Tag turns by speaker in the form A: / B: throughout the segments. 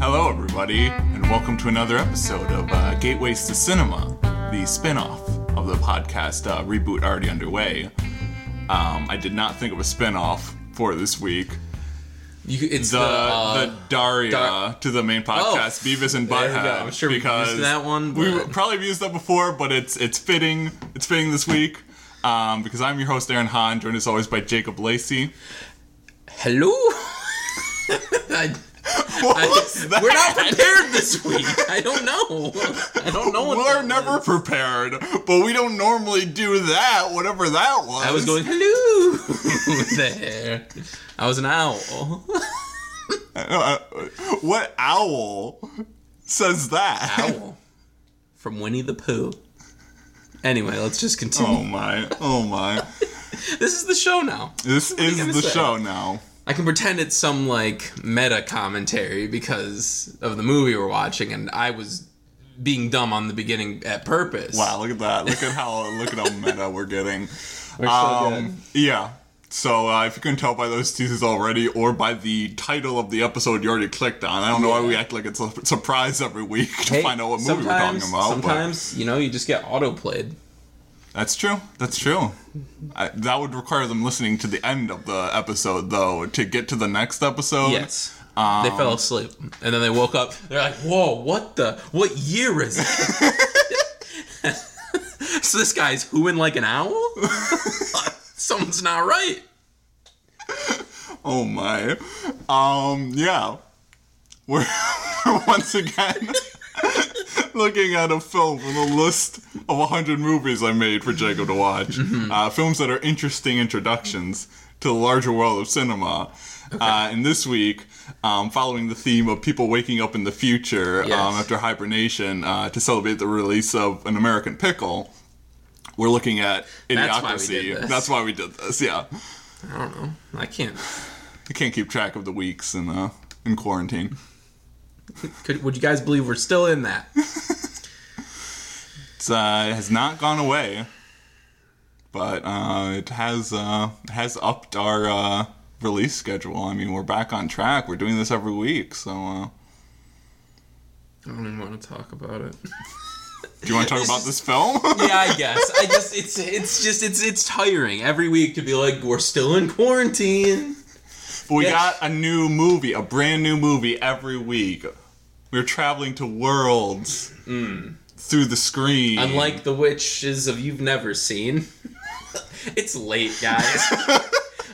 A: Hello, everybody, and welcome to another episode of uh, Gateways to Cinema, the spin off of the podcast uh, reboot already underway. Um, I did not think of a spin off for this week.
B: You, it's
A: The,
B: the, uh,
A: the Daria
B: Dar- Oh,
A: to the main podcast, Beavis and
B: There we
A: Butthead.
B: go. I'm sure we've
A: because
B: used that one,
A: We
B: but-
A: probably have used that before, but it's it's fitting. It's fitting this week um, because I'm your host, Aaron Hahn, joined as always by Jacob Lacey.
B: hello. I,
A: What
B: I-
A: was that?
B: we're not prepared this week. I don't know. I don't know. What
A: We're
B: that
A: never
B: Was.
A: prepared, but we don't normally do that. Whatever that was.
B: I was going hello there. I was an owl.
A: Uh, what owl says that?
B: Owl from Winnie the Pooh. Anyway, let's just continue.
A: Oh my! Oh my! Oh.
B: This is the show now.
A: This is
B: gonna
A: the
B: say?
A: show now.
B: I can pretend it's some like meta commentary because of the movie we're watching, and I was being dumb on the beginning at purpose.
A: Wow! Look at that! Look at how look at how meta we're getting.
B: We're so good.
A: Um, yeah. So uh, if you couldn't tell by those teases already, or by the title of the episode you already clicked on, I don't know why
B: Yeah.
A: we act like it's a surprise every week to
B: Hey,
A: find out what movie we're talking
B: sometimes-
A: about. But
B: Sometimes you know you just get autoplayed.
A: that's true. That's true. I, that would require them listening to the end of the episode, though, to get to the next episode.
B: Yes, Um, they fell asleep and then they woke up. They're like, "Whoa, what the? What year is it?" so this guy's hooing like an owl. Something's not right.
A: Oh my. Um, yeah. We're once again looking at a film from a list of 100 movies I made for Jacob to watch.
B: Mm-hmm.
A: Uh, films that are interesting introductions to the larger world of cinema. Uh, and this week, um, following the theme of people waking up in the future
B: Yes.
A: um, after hibernation uh, to celebrate the release of An American Pickle, we're looking at
B: That's why we did
A: Idiocracy.
B: this.
A: That's why we did this, yeah.
B: I don't know. I can't.
A: I can't keep track of the weeks in uh, in quarantine.
B: Could, would you guys believe we're still in that?
A: It's, uh, it has not gone away, but uh, it has uh, it has upped our uh, release schedule. I mean, we're back on track. We're doing this every week. So, uh,
B: I don't even want to talk about it.
A: do you want to talk
B: This
A: about
B: is-
A: this film?
B: yeah, I guess. I just it's it's just it's it's tiring every week to be like we're still in quarantine.
A: But we
B: Yeah.
A: got a new movie, a brand new movie every week. We're traveling to worlds through the screen.
B: Mm. Unlike the witches of you've never seen. it's late, guys.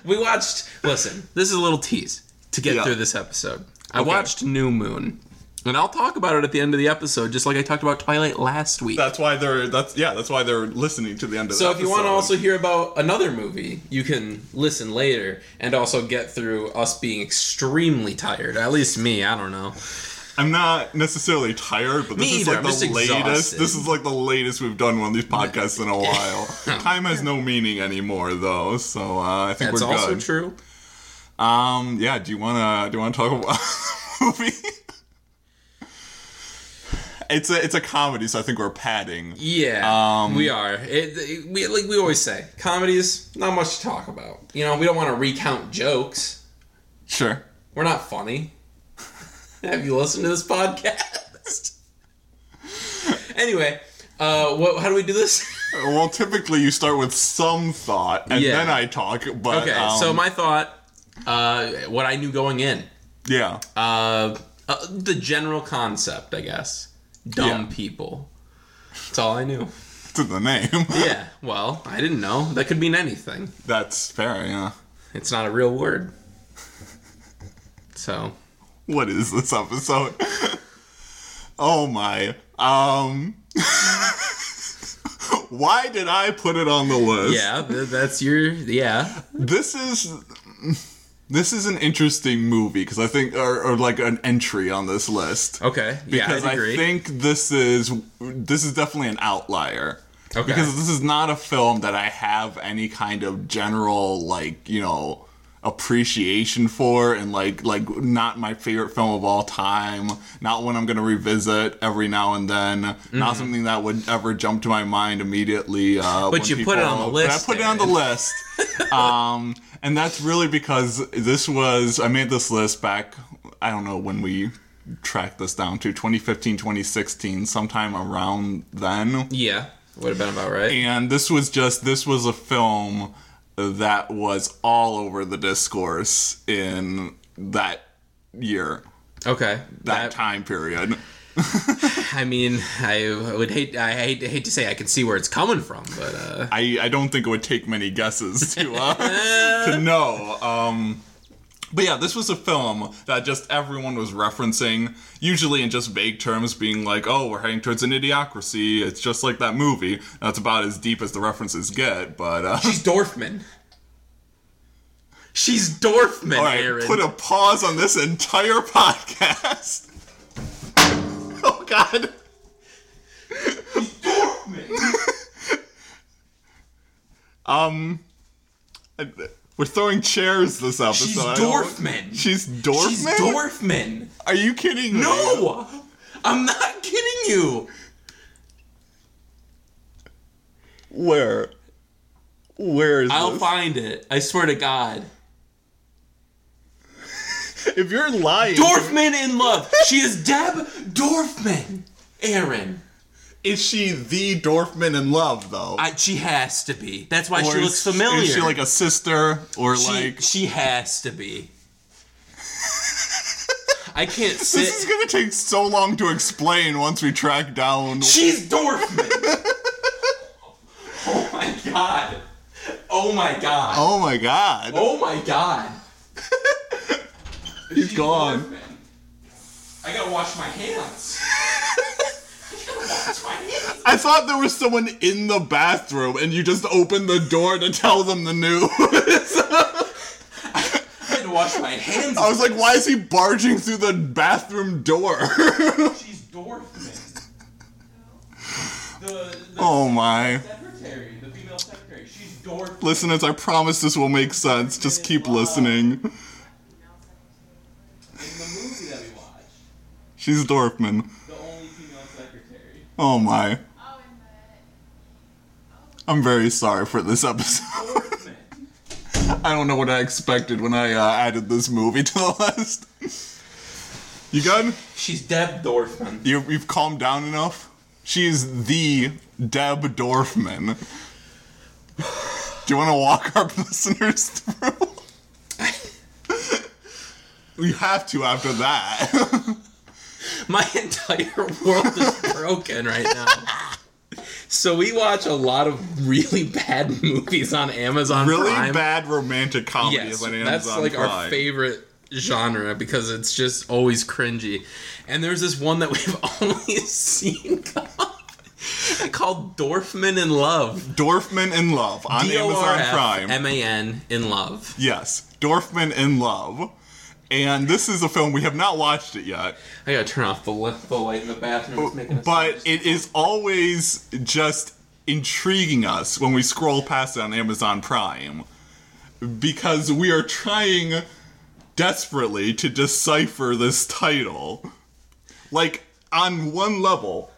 B: we watched. Listen, this is a little tease to get
A: Yeah.
B: through this episode. I
A: Okay.
B: watched New Moon, and I'll talk about it at the end of the episode, just like I talked about Twilight last week.
A: that's why they're that's yeah that's why they're listening to the end of
B: so
A: the
B: if you want to
A: episode.
B: also hear about another movie, you can listen later and also get through us being extremely tired. At least me, I don't know.
A: I'm not necessarily tired, but this
B: Me
A: is
B: either,
A: like
B: I'm
A: the
B: just
A: latest.
B: exhausted.
A: This is like the latest we've done one of these podcasts in a while. Time has no meaning anymore, though. So uh, I think
B: That's
A: we're
B: also
A: good.
B: true.
A: Um, yeah. Do you wanna do you wanna talk about the movie? It's a it's a comedy, so I think we're padding.
B: Yeah,
A: Um,
B: we are. It, it- we like we always say, comedies not much to talk about. You know, we don't want to recount jokes.
A: Sure.
B: We're not funny. Have you listened to this podcast? anyway, uh, what? How do we do this?
A: Well, typically you start with some thought and
B: Yeah.
A: then I talk. But
B: okay,
A: um,
B: so my thought, uh, what I knew going in,
A: yeah,
B: uh, uh, the general concept, I guess,
A: Yeah.
B: dumb people. That's all I knew.
A: to the name.
B: Yeah. Well, I didn't know that could mean anything.
A: That's fair. Yeah.
B: It's not a real word. So,
A: what is this episode? oh my. Um Why did I put it on the list?
B: yeah, th- that's your yeah.
A: This is this is an interesting movie because I think or, or like an entry on this list.
B: Okay.
A: Because
B: yeah, I
A: I
B: agree.
A: think this is this is definitely an outlier.
B: Okay.
A: Because this is not a film that I have any kind of general like, you know, appreciation for and like like not my favorite film of all time, not one I'm going to revisit every now and then, not something that would ever jump to my mind immediately uh
B: Mm-hmm. But
A: when
B: you put it on the
A: but I
B: list,
A: put it on the
B: Aaron.
A: list. um and that's really because this was I made this list back I don't know when we track this down to 2015, 2016, sometime around then.
B: Yeah, would have been about right.
A: And this was just this was a film that was all over the discourse in that year,
B: Okay,
A: that
B: that,
A: time period.
B: I mean, I would hate I hate, hate to say I can see where it's coming from, but uh,
A: I, I don't think it would take many guesses to uh, to know. Um, but yeah, this was a film that just everyone was referencing, usually in just vague terms, being like, "Oh, we're heading towards an idiocracy." It's just like that movie. That's about as deep as the references get. But uh,
B: she's Dorfman. She's Dorfman,
A: all right,
B: Aaron.
A: put a pause on this entire podcast. oh God. um, I- we're throwing chairs this episode.
B: she's
A: I don't-
B: Dorfman.
A: She's Dorfman?
B: She's Dorfman.
A: Are you kidding me?
B: No, I'm not kidding you.
A: Where? Where is
B: I'll
A: this?
B: find it. I swear to God.
A: if you're lying,
B: Dorfman in love. She is Deb Dorfman. Aaron.
A: is she the Dorfman in love though?
B: I, she has to be. That's why
A: Or
B: she
A: is-
B: looks familiar.
A: Is she like a sister or
B: She-
A: like?
B: she has to be. I can't
A: This is
B: sit.
A: gonna take so long to explain once we track down.
B: She's Dorfman. oh my god. Oh my god.
A: Oh my god.
B: Oh my god.
A: He's gone.
B: I gotta wash my hands.
A: I thought there was someone in the bathroom and you just opened the door to tell them the news.
B: I had to wash my hands.
A: I was like, why is he barging through the bathroom door?
B: She's Dorfman. The, the
A: oh my.
B: secretary, the female secretary, she's Dorfman.
A: Listeners, I promise this will make sense. Just keep listening.
B: In the movie that we watched,
A: She's Dorfman.
B: the only female secretary.
A: Oh my. I'm very sorry for this episode.
B: Dorfman.
A: I don't know what I expected when I uh, added this movie to the list. You good?
B: She's Deb Dorfman.
A: You, you've calmed down enough? She is the Deb Dorfman. Do you want to walk our listeners through? we have to after that.
B: My entire world is broken right now. So we watch a lot of really bad movies on Amazon
A: really
B: Prime.
A: bad romantic comedies
B: Yes,
A: on Amazon
B: that's like our
A: Prime.
B: favorite genre because it's just always cringy. And there's this one that we've only seen called Dorfman in Love.
A: Dorfman in Love on Amazon Prime.
B: M A N in Love.
A: yes, Dorfman in Love. And this is a film we have not watched it yet.
B: I gotta turn off the, li- the light in the bathroom. It's making a
A: but
B: sound.
A: it is always just intriguing us when we scroll past it on Amazon Prime because we are trying desperately to decipher this title. Like, on one level,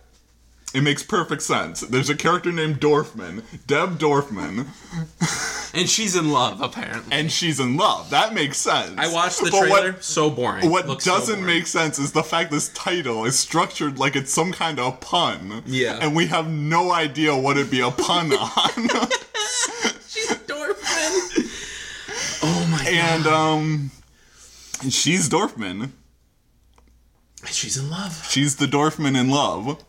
A: it makes perfect sense. There's a character named Dorfman, Deb Dorfman,
B: and she's in love apparently.
A: and she's in love. That makes sense.
B: I watched the
A: But what-
B: trailer. so boring.
A: What
B: Looks so
A: doesn't
B: boring.
A: make sense is the fact this title is structured like it's some kind of pun.
B: Yeah.
A: And we have no idea what it'd be a pun on.
B: She's Dorfman. oh my
A: and um she's Dorfman.
B: god, she's in love.
A: She's the Dorfman in love.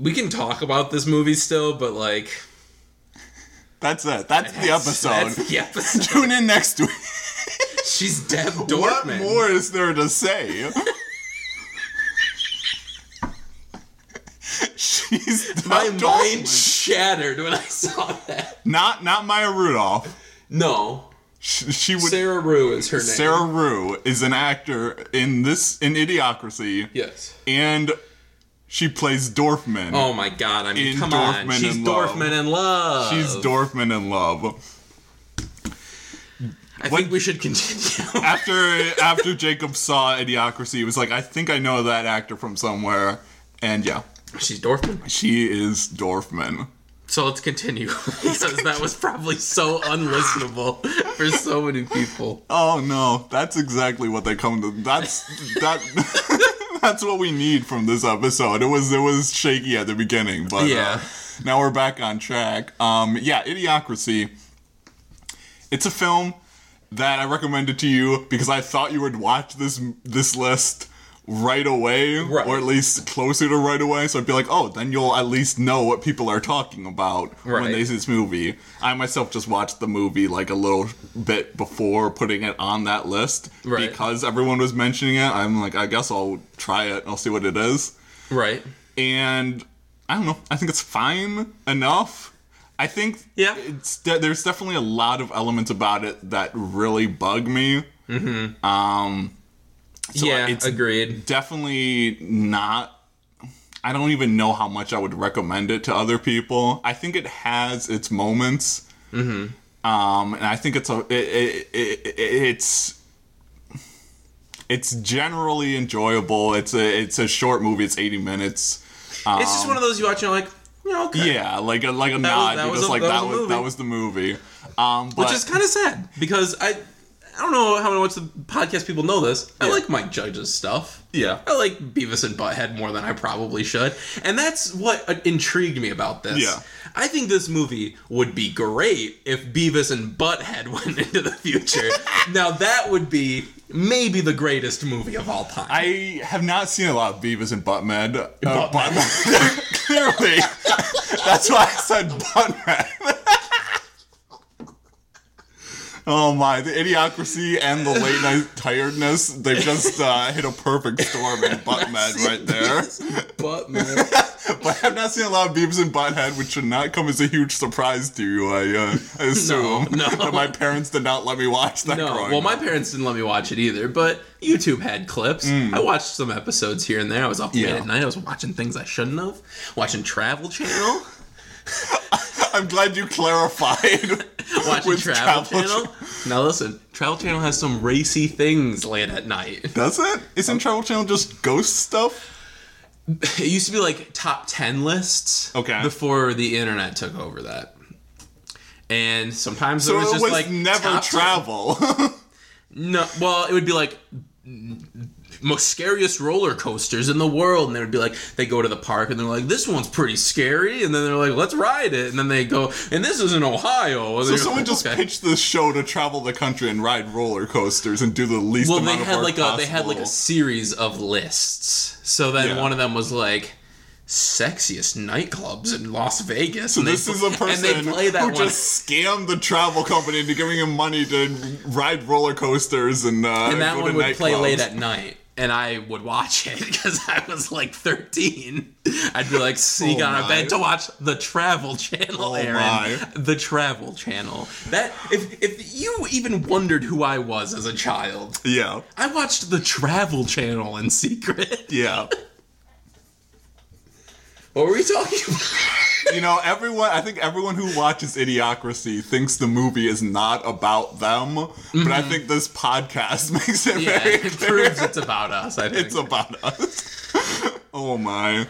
B: We can talk about this movie still, but like
A: That's it. That's the episode.
B: That's the episode.
A: Tune in next week.
B: She's Deb Dorfman.
A: What more is there to say? She's Deb
B: My
A: Dorfman.
B: mind shattered when I saw that.
A: Not not Maya Rudolph.
B: No,
A: She, she would
B: Sarah Rue is her name.
A: Sarah Rue is an actor in this in Idiocracy,
B: Yes.
A: and she plays Dorfman.
B: Oh my god! I mean,
A: In
B: come on.
A: Dorfman
B: She's
A: in Love.
B: Dorfman in love.
A: She's Dorfman in love.
B: I think we should continue.
A: After after Jacob saw Idiocracy, he was like, I think I know that actor from somewhere. And yeah,
B: She's Dorfman.
A: she is Dorfman.
B: So let's continue because that was probably so unlistenable for so many people.
A: Oh no, that's exactly what they come to. That's that. that's what we need from this episode. It was it was shaky at the beginning, but uh,
B: Yeah.
A: now we're back on track. Um, yeah, Idiocracy. It's a film that I recommended to you because I thought you would watch this this list right away,
B: Right.
A: or at least closer to right away. So I'd be like, oh, then you'll at least know what people are talking about when
B: Right.
A: they see this movie. I myself just watched the movie like a little bit before putting it on that list
B: Right.
A: because everyone was mentioning it. I'm like, I guess I'll try it. I'll see what it is
B: Right.
A: and I don't know. I think it's fine enough. I think
B: Yeah.
A: it's de- there's definitely a lot of elements about it that really bug me. Mm-hmm. Um, so
B: yeah,
A: it's
B: agreed.
A: definitely not. I don't even know how much I would recommend it to other people. I think it has its moments.
B: Mm-hmm.
A: Um, and I think it's a it, it, it, it, it's it's generally enjoyable. It's a it's a short movie. It's eighty minutes.
B: it's just one of those you watch and you're like, yeah, okay.
A: Yeah, like a like a nod.
B: that
A: You're
B: was
A: just
B: a-
A: like
B: that
A: that
B: was a
A: was
B: movie.
A: that was the movie. Um, but
B: Which is kind of sad because I I don't know how much the podcast people know this. I like Mike Judge's stuff.
A: yeah,
B: I like Beavis and Butthead more than I probably should. And that's what uh, intrigued me about this.
A: Yeah.
B: I think this movie would be great if Beavis and Butthead went into the future. now, that would be maybe the greatest movie of all time.
A: I have not seen a lot of Beavis and Buttman. Uh,
B: Buttman.
A: Buttman. Clearly, that's why I said Buttman. oh my, the idiocracy and the late night tiredness—they've just uh, hit a perfect storm in Buttman right there.
B: but
A: But I've not seen a lot of Beavis and Butthead, which should not come as a huge surprise to you. I, uh, I assume
B: no.
A: that my parents did not let me watch that.
B: No,
A: growing
B: well, my
A: up.
B: parents didn't let me watch it either, but YouTube had clips. I watched some episodes here and there. I was up
A: Mm. Yeah.
B: late at night. I was watching things I shouldn't have, watching Travel Channel,
A: I'm glad you clarified.
B: watching
A: With
B: Travel,
A: Travel
B: Channel. Now listen, Travel Channel has some racy things late at night.
A: Does it?
B: Oh.
A: Isn't Travel Channel just ghost stuff?
B: It used to be like top 10 lists
A: Okay.
B: before the internet took over that. And sometimes it
A: So
B: was
A: it
B: just
A: was
B: like
A: never
B: top 10.
A: travel.
B: No, well, it would be like mm, most scariest roller coasters in the world, and they would be like they go to the park and they're like, "This one's pretty scary," and then they're like, "Let's ride it," and then they go, "And this is in Ohio." And
A: so
B: they're
A: someone
B: like,
A: just
B: "Okay."
A: pitched this show to travel the country and ride roller coasters and do the least
B: Well, they
A: amount of
B: had
A: work
B: like a they had like a
A: possible.
B: series of lists. So then
A: Yeah.
B: one of them was like sexiest nightclubs in Las Vegas.
A: So
B: and they-
A: this is a person
B: and they play that
A: who
B: one.
A: just scammed the travel company into giving him money to ride roller coasters and uh,
B: and that
A: go
B: one
A: to
B: would play
A: nightclubs.
B: late at night and i would watch it because i was like 13 i'd be like sneak
A: Oh
B: out
A: my.
B: of bed to watch the travel channel
A: Oh
B: Aaron.
A: my.
B: the travel channel that if if you even wondered who i was as a child
A: Yeah,
B: i watched the travel channel in secret
A: yeah.
B: what were we talking about
A: you know, everyone. I think everyone who watches Idiocracy thinks the movie is not about them, but I think this podcast makes it
B: Mm-hmm. yeah
A: very
B: it
A: clear
B: proves it's about us i think
A: it's about us. oh my.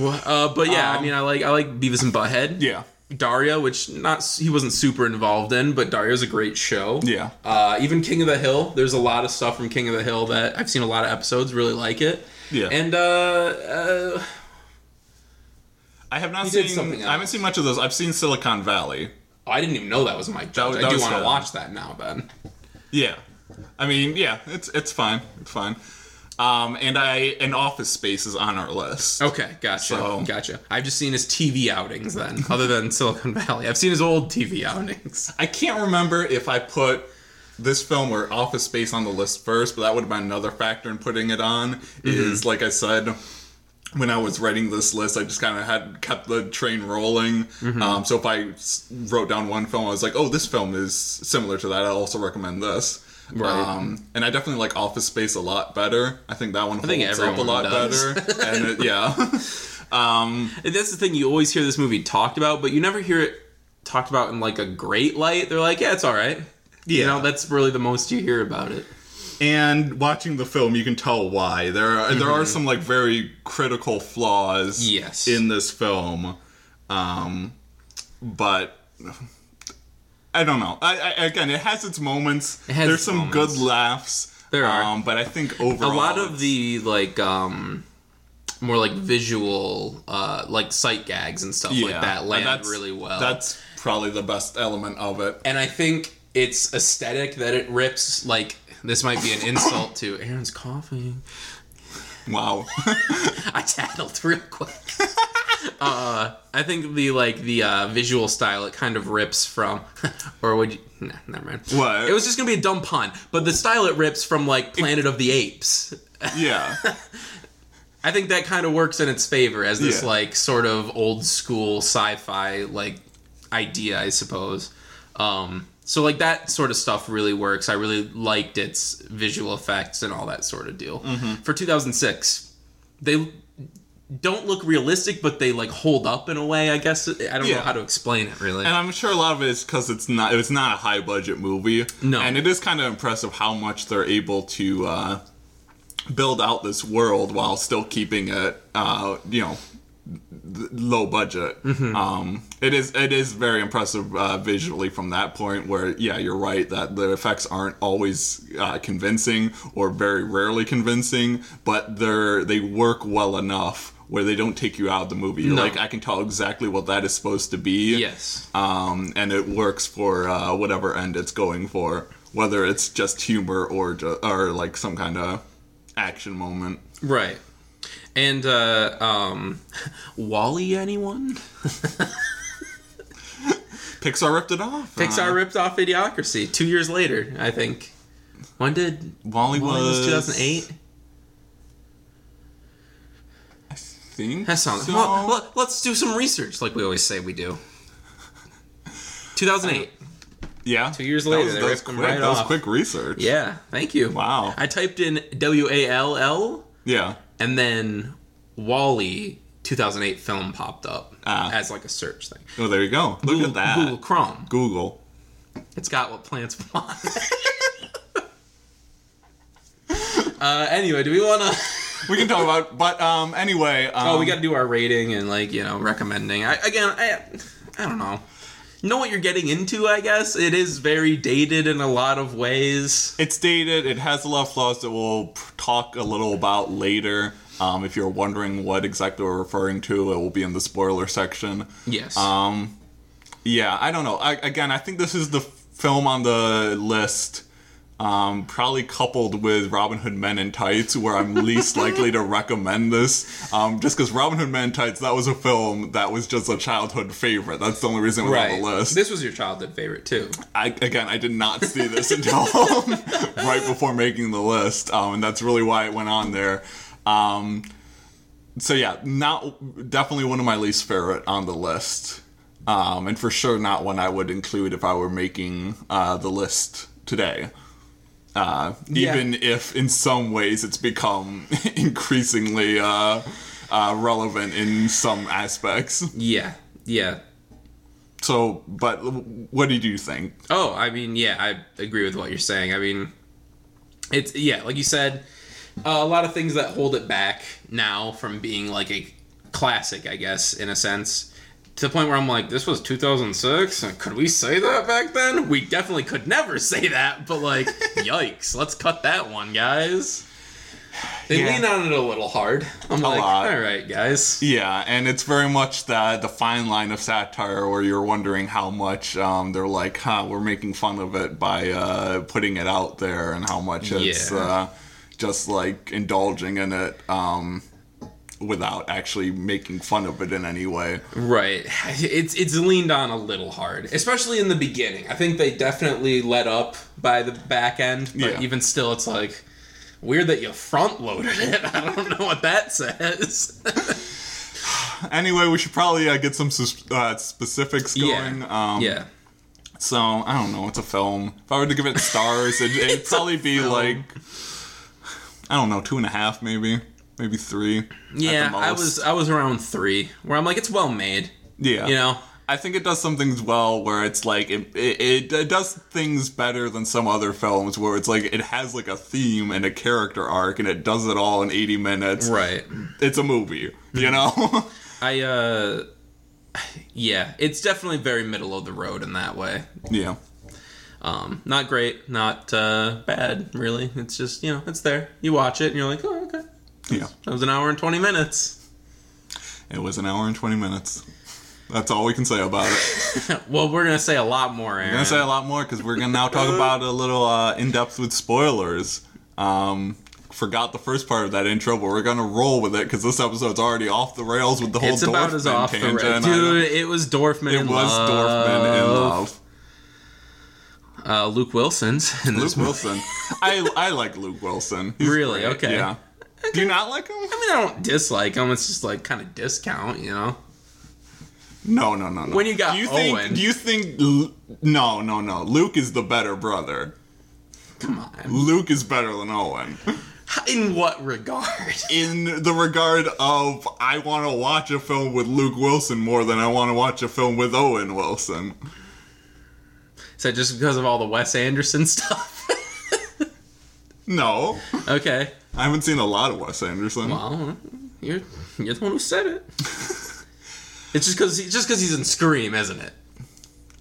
B: uh, but yeah i
A: Um,
B: mean i like i like beavis and butthead
A: Yeah.
B: Daria, which not he wasn't super involved in, but Daria's a great show.
A: Yeah.
B: Uh, even King of the Hill. There's a lot of stuff from King of the Hill that I've seen a lot of episodes. Really like it.
A: Yeah.
B: And uh, uh
A: I have not
B: did
A: seen.
B: something
A: I haven't
B: else.
A: seen much of those. I've seen Silicon Valley.
B: I didn't even know that was Mike Judge.
A: was-
B: I
A: that
B: do
A: was
B: want to
A: good.
B: watch that now. Then.
A: Yeah. I mean, yeah. It's it's fine. It's fine. Um, and I and Office Space is on our list.
B: Okay. Gotcha.
A: So-
B: Gotcha. I've just seen his TV outings then, other than Silicon Valley. I've seen his old TV outings.
A: I can't remember if I put this film or Office Space on the list first, but that would have been another factor in putting it on.
B: Mm-hmm.
A: Is like I said, when I was writing this list, I just kind of had kept the train rolling.
B: Mm-hmm.
A: Um, so if I s- wrote down one film, I was like, oh, this film is similar to that. I also recommend this.
B: Right.
A: Um, and I definitely like Office Space a lot better. I think that one holds
B: think
A: up a
B: everyone
A: lot
B: does.
A: better. and it, yeah.
B: And that's the thing you always hear this movie talked about, but you never hear it talked about in like a great light. They're like, yeah, it's all right. You
A: Yeah.
B: know, that's really the most you hear about it.
A: and watching the film you can tell why there are there are some like very critical flaws
B: Mm-hmm. Yes.
A: in this film um but I don't know. I, I again, it has its moments.
B: It has
A: There's
B: its
A: some
B: moments.
A: good laughs.
B: There are.
A: um, but I think overall,
B: a lot of the like um more like visual uh like sight gags and stuff like that
A: and
B: land
A: that's-
B: really well
A: That's probably the best element of it.
B: and i think it's aesthetic that it rips like this might be an insult to aaron's coughing
A: Wow.
B: i tattled real quick uh i think the like the uh visual style it kind of rips from or would you nah, never mind
A: What?
B: it was just gonna be a dumb pun but the style it rips from like planet of the apes
A: yeah.
B: I think that kind of works in its favor as this
A: Yeah.
B: like sort of old school sci-fi like idea, I suppose. Um, so like that sort of stuff really works. I really liked its visual effects and all that sort of deal.
A: Mm-hmm.
B: For 2006, they don't look realistic, but they like hold up in a way. I guess I don't know
A: Yeah.
B: how to explain it really.
A: And I'm sure a lot of it is because it's not it's not a high budget movie.
B: No.
A: and it is kind of impressive how much they're able to uh, build out this world while still keeping it, uh, you know, th- low budget.
B: Mm-hmm.
A: Um, it is it is very impressive uh, visually from that point. Where yeah, you're right that the effects aren't always uh, convincing or very rarely convincing, but they're they work well enough. Where they don't take you out of the movie, you're
B: No.
A: like I can tell exactly what that is supposed to be
B: yes,
A: um, and it works for uh, whatever end it's going for, whether it's just humor or ju- or like some kind of action moment.
B: right. And uh, um, Wally, anyone?
A: Pixar ripped it off.
B: Pixar
A: Uh,
B: ripped off Idiocracy two years later, I think. When did
A: Wally
B: Wally
A: was,
B: was 2008?
A: I think
B: That sounds.
A: so.
B: Well, well, let's do some research, like we always say we do. 2008.
A: Uh, yeah,
B: two years
A: That
B: later,
A: was-
B: they
A: that was
B: ripped them
A: quick-
B: right
A: that was
B: off.
A: quick research.
B: Yeah, thank you.
A: Wow.
B: I typed in W A L L
A: yeah.
B: and then Wally 2008 film popped up
A: Ah.
B: as like a search thing.
A: Oh, there you go. Look
B: Google,
A: at that.
B: Google
A: Google.
B: Chrome. It's got what plants want. uh, anyway, do we want to?
A: We can talk about, but um, anyway. Um,
B: Oh, we got to do our rating and like you know recommending. I, again, I I don't know. Know what you're getting into, I guess. It is very dated in a lot of ways.
A: It's dated. It has a lot of flaws that we'll p- talk a little about later. Um, if you're wondering what exactly we're referring to, it will be in the spoiler section.
B: Yes.
A: Um, yeah, I don't know. I, again, I think this is the film on the list, um, probably coupled with Robin Hood Men in Tights, where I'm least likely to recommend this. Um, just because Robin Hood Men in Tights, that was a film that was just a childhood favorite. That's the only reason we're on the list.
B: This was your childhood favorite too.
A: I, again, I did not see this until right before making the list, um, and that's really why it went on there. Um, so yeah, not definitely one of my least favorite on the list, um, and for sure not one I would include if I were making uh, the list today. Uh,
B: Yeah.
A: Even if in some ways it's become increasingly uh, uh, relevant in some aspects.
B: Yeah. Yeah.
A: So, but what did you think?
B: Oh, I mean, yeah, I agree with what you're saying. I mean, it's yeah, like you said, uh, a lot of things that hold it back now from being like a classic, I guess, in a sense. To the point where I'm like, this was 2006. and Could we say that back then? We definitely could never say that. But like, yikes! Let's cut that one, guys. They
A: Yeah.
B: lean on it a little hard. I'm like,
A: lot.
B: all right, guys.
A: Yeah, and it's very much the the fine line of satire where you're wondering how much um, they're like, huh, we're making fun of it by uh, putting it out there, and how much it's
B: Yeah.
A: uh, just like indulging in it um, without actually making fun of it in any way.
B: Right. It's it's leaned on a little hard, especially in the beginning. I think they definitely let up by the back end, but
A: Yeah.
B: even still, it's like weird that you front loaded it. I don't know what that says.
A: Anyway, we should probably uh, get some sus- uh, specifics going.
B: yeah.
A: Um,
B: yeah.
A: So I don't know. It's a film. If I were to give it stars, it, it'd
B: It's a
A: probably be
B: film.
A: like I don't know, two and a half, maybe, maybe three. at the
B: Yeah, I
A: most.
B: was I was around three, where I'm like, it's well made.
A: Yeah.
B: You know?
A: I think it does some things well where it's like it, it it does things better than some other films where it's like it has like a theme and a character arc and it does it all in 80 minutes.
B: Right.
A: It's a movie, you know?
B: I uh yeah, it's definitely very middle of the road in that way.
A: Yeah.
B: Um, not great, not uh, bad, really. It's just you know, it's there. You watch it and you're like, oh, okay,
A: Yeah.
B: that was an hour and twenty minutes.
A: It was an hour and 20 minutes. That's all we can say about it.
B: well, we're gonna say a lot more, Aaron.
A: I'm going to say a lot more because we're going to now talk about a little uh, in depth with spoilers. Um, forgot the first part of that intro, but we're going to roll with it because this episode's already off the rails with the whole
B: it's about as
A: Dorfman
B: off the
A: tangent.
B: road,
A: I don't-
B: dude. It was Dorfman.
A: It
B: in
A: was Dorfman in love.
B: Uh, Luke Wilson's. In
A: Luke
B: this movie.
A: Wilson. I I like Luke Wilson. He's
B: Really?
A: great.
B: Okay.
A: Yeah. Do you not like him?
B: I mean, I don't dislike him. It's just like kind of discount, you know.
A: No, no, no, no.
B: When you got
A: do you
B: Owen.
A: think? Do you think? Lu- No, no, no. Luke is the better brother.
B: Come on.
A: Luke is better than Owen
B: In what regard?
A: in the regard of I want to watch a film with Luke Wilson more than I want to watch a film with Owen Wilson.
B: Is that just because of all the Wes Anderson stuff?
A: No,
B: okay.
A: I haven't seen a lot of Wes Anderson.
B: Well, you're you're the one who said it. it's just because just because he's in Scream, isn't it?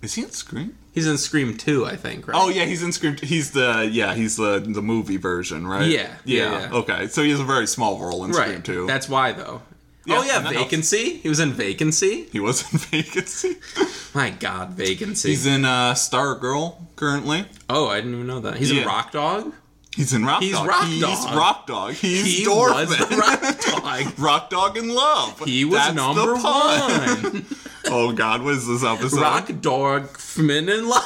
A: Is he in Scream?
B: He's in Scream two, I think. Right?
A: Oh yeah, he's in Scream. He's the yeah, he's the the movie version, right?
B: Yeah,
A: yeah.
B: yeah, yeah.
A: Okay, so he has a very small role in Scream
B: right.
A: too.
B: That's why though.
A: Yeah,
B: oh yeah,
A: that helps.
B: Vacancy. He was in Vacancy.
A: He was in Vacancy.
B: My God, Vacancy.
A: He's in uh, Star Girl currently.
B: oh, I didn't even know that. He's
A: Yeah.
B: in Rock Dog.
A: He's in Rock
B: He's
A: Dog.
B: Rock
A: He's
B: Dog.
A: Rock Dog. He's
B: He
A: Dorfman.
B: was the Rock Dog.
A: Rock Dog in Love.
B: He was
A: That's the
B: number
A: pun.
B: one.
A: Oh God, what is this episode?
B: Rock Dog Fmin in Love.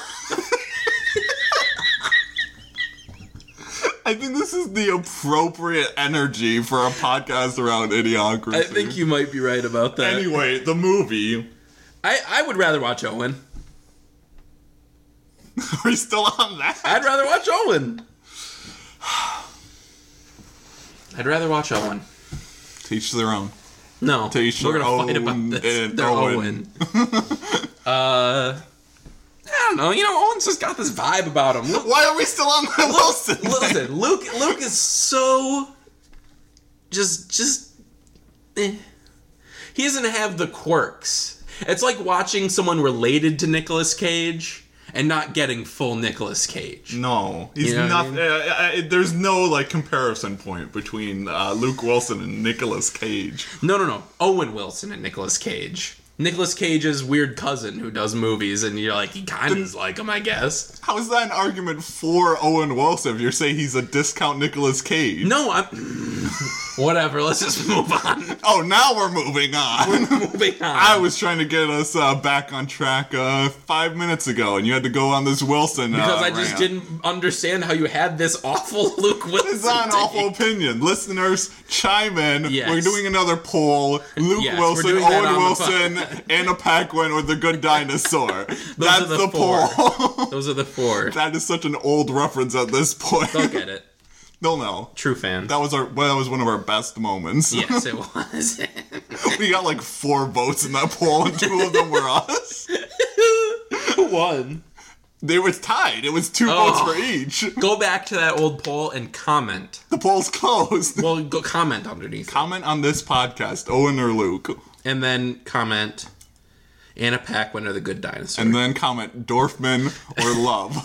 A: I think this is the appropriate energy for a podcast around idiocracy.
B: I think you might be right about that.
A: Anyway, the movie.
B: I, I would rather watch Owen.
A: Are we still on that?
B: I'd rather watch Owen. I'd rather watch Owen.
A: Teach their own.
B: No,
A: To each
B: we're
A: their
B: gonna fight
A: own
B: about this.
A: and
B: They're
A: Owen.
B: Owen. uh, I don't know. You know, Owen's just got this vibe about him. Luke,
A: Why are we still on the Wilson? thing?
B: listen, Luke, Luke is so just, just. Eh. He doesn't have the quirks. It's like watching someone related to Nicolas Cage and not getting full Nicolas Cage.
A: No, he's
B: You know what I
A: not.
B: mean?
A: uh, uh, uh, there's no like comparison point between uh, Luke Wilson and Nicolas Cage.
B: No, no, no. Owen Wilson and Nicolas Cage. Nicolas Cage's weird cousin who does movies, and you're like, he kind of is like him, I guess.
A: How is that an argument for Owen Wilson? If you're saying he's a discount Nicolas Cage.
B: No, I'm. Whatever. Let's just move on.
A: Oh, now we're moving on.
B: Moving on.
A: I was trying to get us uh, back on track uh, five minutes ago, and you had to go on this Wilson.
B: because
A: uh,
B: I
A: rant.
B: just didn't understand how you had this awful Luke Wilson.
A: It's not an
B: take.
A: awful opinion. Listeners, chime in.
B: Yes.
A: We're doing another poll. Luke
B: Yes, we're
A: Wilson,
B: doing that
A: Owen
B: on the po-
A: Wilson, Anna Paquin with the good dinosaur. That's
B: are the
A: the
B: four.
A: poll.
B: Those are the four.
A: That is such an old reference at this point.
B: They'll get it.
A: They'll know.
B: True fan.
A: That was our well, that was one of our best moments.
B: yes, it was.
A: we got like four votes in that poll, and two of them were us.
B: Who won?
A: They were tied. It was two
B: Oh.
A: votes for each.
B: Go back to that old poll and comment.
A: The poll's closed.
B: Well, go comment underneath.
A: Comment on this podcast, Owen or Luke,
B: and then comment Anna Paquin or the Good Dinosaur.
A: and then comment Dorfman or Love.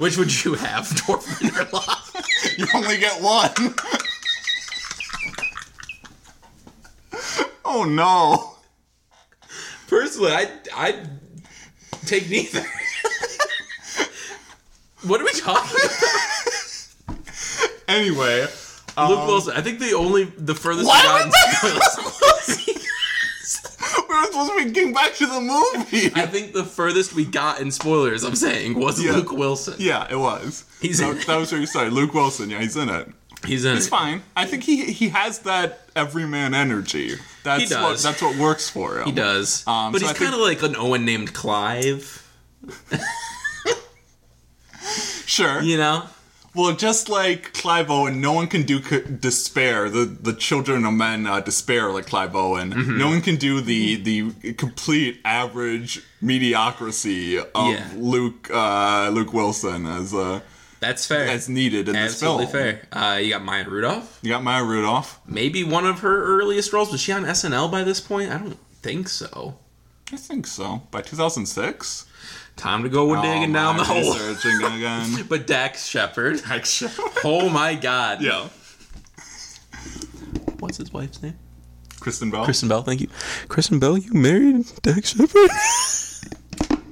B: Which would you have, Dorfman or Love?
A: you only get one. oh no.
B: Personally, I I take neither. what are we talking about?
A: Anyway, Um,
B: Luke Wilson. I think the only the furthest
A: Why
B: we
A: are
B: got
A: we
B: in
A: back
B: spoilers.
A: we were supposed to be getting back to the movie.
B: I think the furthest we got in spoilers. I'm saying was
A: Yeah.
B: Luke Wilson.
A: Yeah, it was.
B: He's
A: that,
B: in it.
A: that was very sorry. Luke Wilson. Yeah, he's in it.
B: He's in.
A: It's
B: it.
A: fine. I think he he has that everyman energy. That's
B: He does.
A: what that's what works for him.
B: He does,
A: Um,
B: but
A: so
B: he's
A: I think-
B: kind of like an Owen named Clive.
A: Sure.
B: You know,
A: Well, just like Clive Owen, no one can do c- despair. The the children of men uh, despair like Clive Owen.
B: Mm-hmm.
A: No one can do the the complete average mediocrity of
B: Yeah.
A: Luke uh, Luke Wilson as uh,
B: that's fair.
A: as needed in this film.
B: Absolutely fair. Uh, you got Maya Rudolph.
A: You got Maya Rudolph.
B: maybe one of her earliest roles. Was she on SNL by this point? I don't think so.
A: I think so. By 2006?
B: Time to go. We're digging down the hole.
A: Oh, Searching again.
B: But Dax Shepard. Oh my God.
A: yeah.
B: What's his wife's name?
A: Kristen Bell?
B: Kristen Bell. Thank you. Kristen Bell. You married Dax Shepard.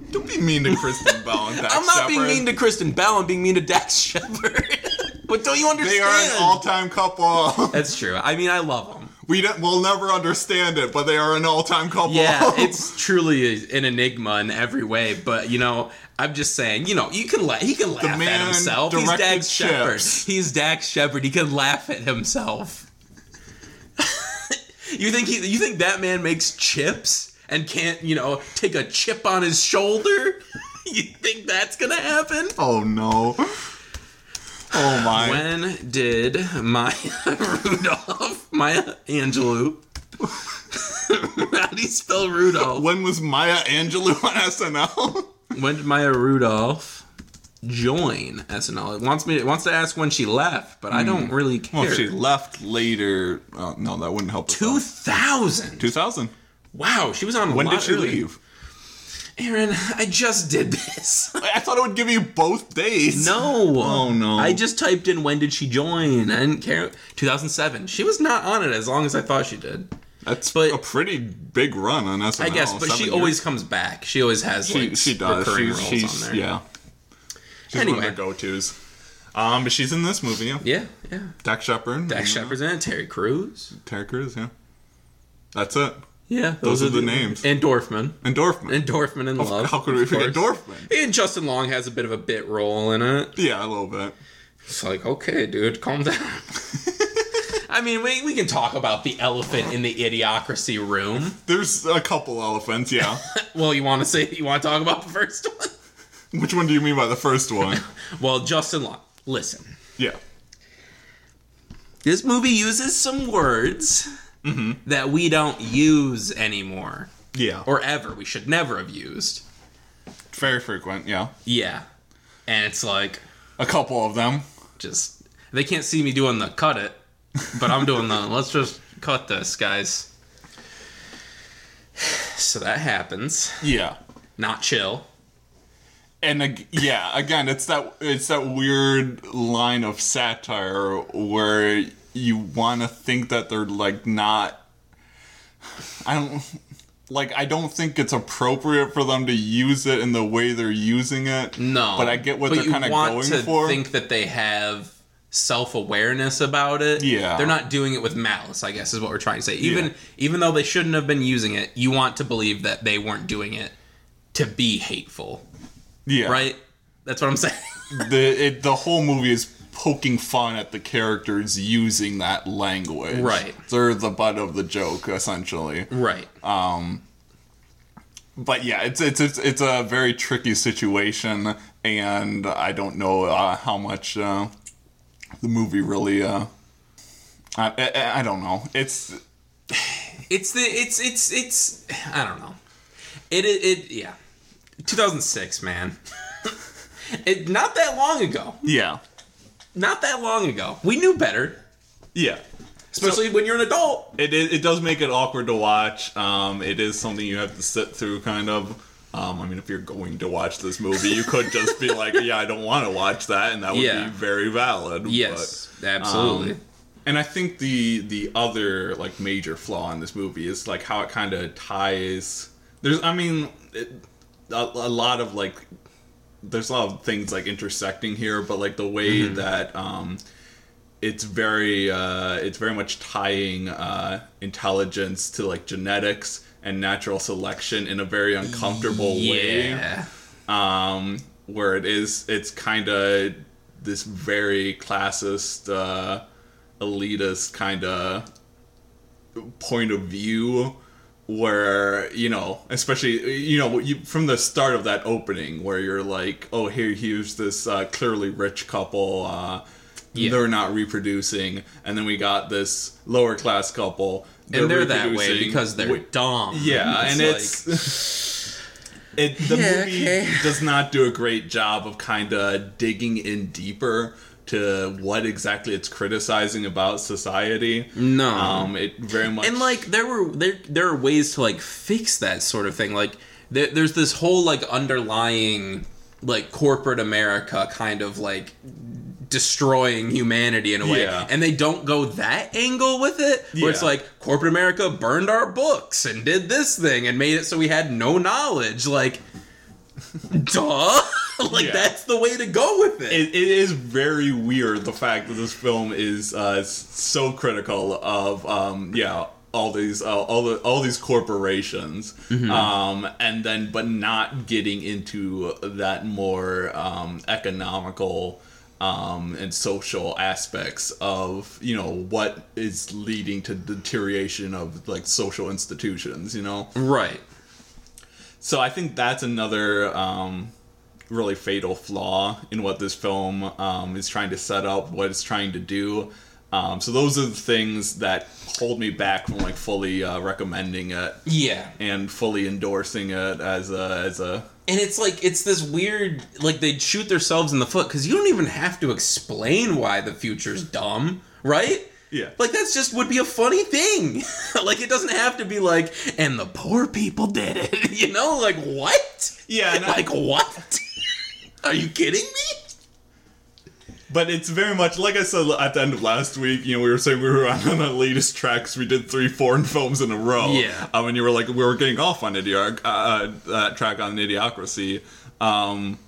A: Don't be mean to Kristen Bell and Dax
B: I'm not being
A: Shepard.
B: mean to Kristen Bell. I'm being mean to Dax Shepard. but don't you understand?
A: They are an all-time couple.
B: That's true. I mean, I love them.
A: We don't, we'll never understand it, but they are an all-time couple. Oh,
B: Yeah, it's truly an enigma in every way. But you know, I'm just saying. You know, you can la- he can laugh
A: man
B: at himself. He's
A: directed
B: Dax Shepard.
A: ships.
B: He's Dax Shepard. He can laugh at himself. you think he? You think that man makes chips and can't you know take a chip on his shoulder? you think that's gonna happen?
A: Oh no. Oh my.
B: When did Maya Rudolph, Maya Angelou? How do you spell Rudolph?
A: When was Maya Angelou on SNL?
B: When did Maya Rudolph join SNL? It wants me it wants to ask when she left, but I don't really care.
A: Hmm. Well, she left later. Oh, no, that wouldn't help. us out.
B: 2000.
A: 2000.
B: Wow, she was on. a
A: When
B: lot
A: did she
B: earlier.
A: leave?
B: Aaron, I just did this.
A: I I thought it would give you both days.
B: No.
A: Oh, no.
B: I just typed in when did she join? I didn't care. 2007. She was not on it as long as I thought she did.
A: that's
B: but-
A: a pretty big run on SNL.
B: I guess, but
A: Seven
B: she
A: years.
B: always comes back. She always has
A: she,
B: like
A: she does.
B: recurring
A: She's,
B: roles
A: she's
B: on there.
A: yeah. She's one
B: Anyway.
A: of the go-tos. Um, but she's in this movie. Yeah.
B: yeah, yeah.
A: Dax Shepard.
B: Dax Shepard's in it. Terry Crews.
A: Terry Crews. Yeah. That's it.
B: Yeah,
A: Those are the names.
B: And Dorfman.
A: And Dorfman.
B: And Dorfman in Love.
A: How could we
B: of
A: forget
B: course.
A: Dorfman?
B: And Justin Long has a bit of a bit role in it.
A: Yeah, a little bit.
B: It's like, okay, dude, calm down. I mean, we, we can talk about the elephant in the idiocracy room.
A: There's a couple elephants. Yeah.
B: Well, you want to say you want to talk about the first one?
A: Which one do you mean by the first one?
B: Well, Justin Long, listen.
A: Yeah.
B: This movie uses some words that we don't use anymore.
A: Yeah.
B: or ever we should never have used.
A: very frequent, yeah.
B: Yeah. And it's like
A: A couple of them.
B: just they can't see me doing the cut it, but I'm doing the let's just cut this, guys. So that happens.
A: Yeah.
B: Not chill.
A: And ag- yeah, again, it's that it's that weird line of satire where you want to think that they're like not I don't like I don't think it's appropriate for them to use it in the way they're using it.
B: No.
A: But I get what
B: But
A: they're
B: you
A: kind of
B: want
A: going
B: to
A: for.
B: think that they have self-awareness about it.
A: Yeah.
B: They're not doing it with malice, I guess is what we're trying to say. Even
A: Yeah.
B: even though they shouldn't have been using it, you want to believe that they weren't doing it to be hateful,
A: yeah.
B: right? That's what I'm saying.
A: The it, the whole movie is poking fun at the characters using that language.
B: Right.
A: They're the butt of the joke essentially.
B: right.
A: but yeah, it's it's it's it's a very tricky situation, and I don't know uh, how much uh, the movie really. Uh, I, I I don't know. It's
B: It's the it's it's it's I don't know. It it, it yeah. 2006, man. it not that long ago.
A: yeah
B: Not that long ago. We knew better,
A: yeah.
B: especially when you're an adult.
A: It, it it does make it awkward to watch. Um, it is something you have to sit through, kind of. Um, I mean, if you're going to watch this movie, you could just be like, "Yeah, I don't want to watch that," and that would
B: Yeah.
A: be very valid. but-
B: Yes, absolutely.
A: Um, and I think the the other like major flaw in this movie is like how it kind of ties. There's, I mean, it, a, a lot of like, there's a lot of things like intersecting here, but like the way that um, it's very uh, it's very much tying uh, intelligence to like genetics and natural selection in a very uncomfortable way
B: yeah.
A: um, where it is it's kind of this very classist uh, elitist kind of point of view where you know especially you know you, from the start of that opening where you're like oh here here's this uh, clearly rich couple uh,
B: Yeah.
A: they're not reproducing and then we got this lower class couple
B: And they're that way
A: reproducing.
B: because they're
A: Wait,
B: dumb.
A: yeah, and
B: like-
A: it's it. The
B: Yeah,
A: movie
B: okay.
A: does not do a great job of kind of digging in deeper to what exactly it's criticizing about society.
B: No.
A: Um, it very much
B: and like there were there there are ways to like fix that sort of thing like there, there's this whole like underlying like corporate america kind of like destroying humanity in a way
A: Yeah.
B: and they don't go that angle with it where it's
A: Yeah.
B: like corporate america burned our books and did this thing and made it so we had no knowledge like duh like
A: Yeah.
B: that's the way to go with it,
A: it, it is very weird the fact that this film is uh, s- so critical of um, yeah all these uh, all the all these corporations um, and then but not getting into that more um, economical um, and social aspects of you know what is leading to deterioration of like social institutions you know
B: right
A: so I think that's another um, really fatal flaw in what this film um, is trying to set up, what it's trying to do. Um, so those are the things that hold me back from like fully uh, recommending it
B: yeah
A: and fully endorsing it as a as a
B: and it's like it's this weird like they shoot themselves in the foot because you don't even have to explain why the future's dumb right
A: yeah.
B: like that's just would be a funny thing like it doesn't have to be like and the poor people did it you know like what
A: Yeah, and I-
B: like what are you kidding me
A: But it's very much like I said at the end of last week. You know, we were saying we were on the latest tracks. We did three foreign films in a row.
B: Yeah.
A: Um, and you were like, we were getting off on idioc uh, that track on idiocracy. Um,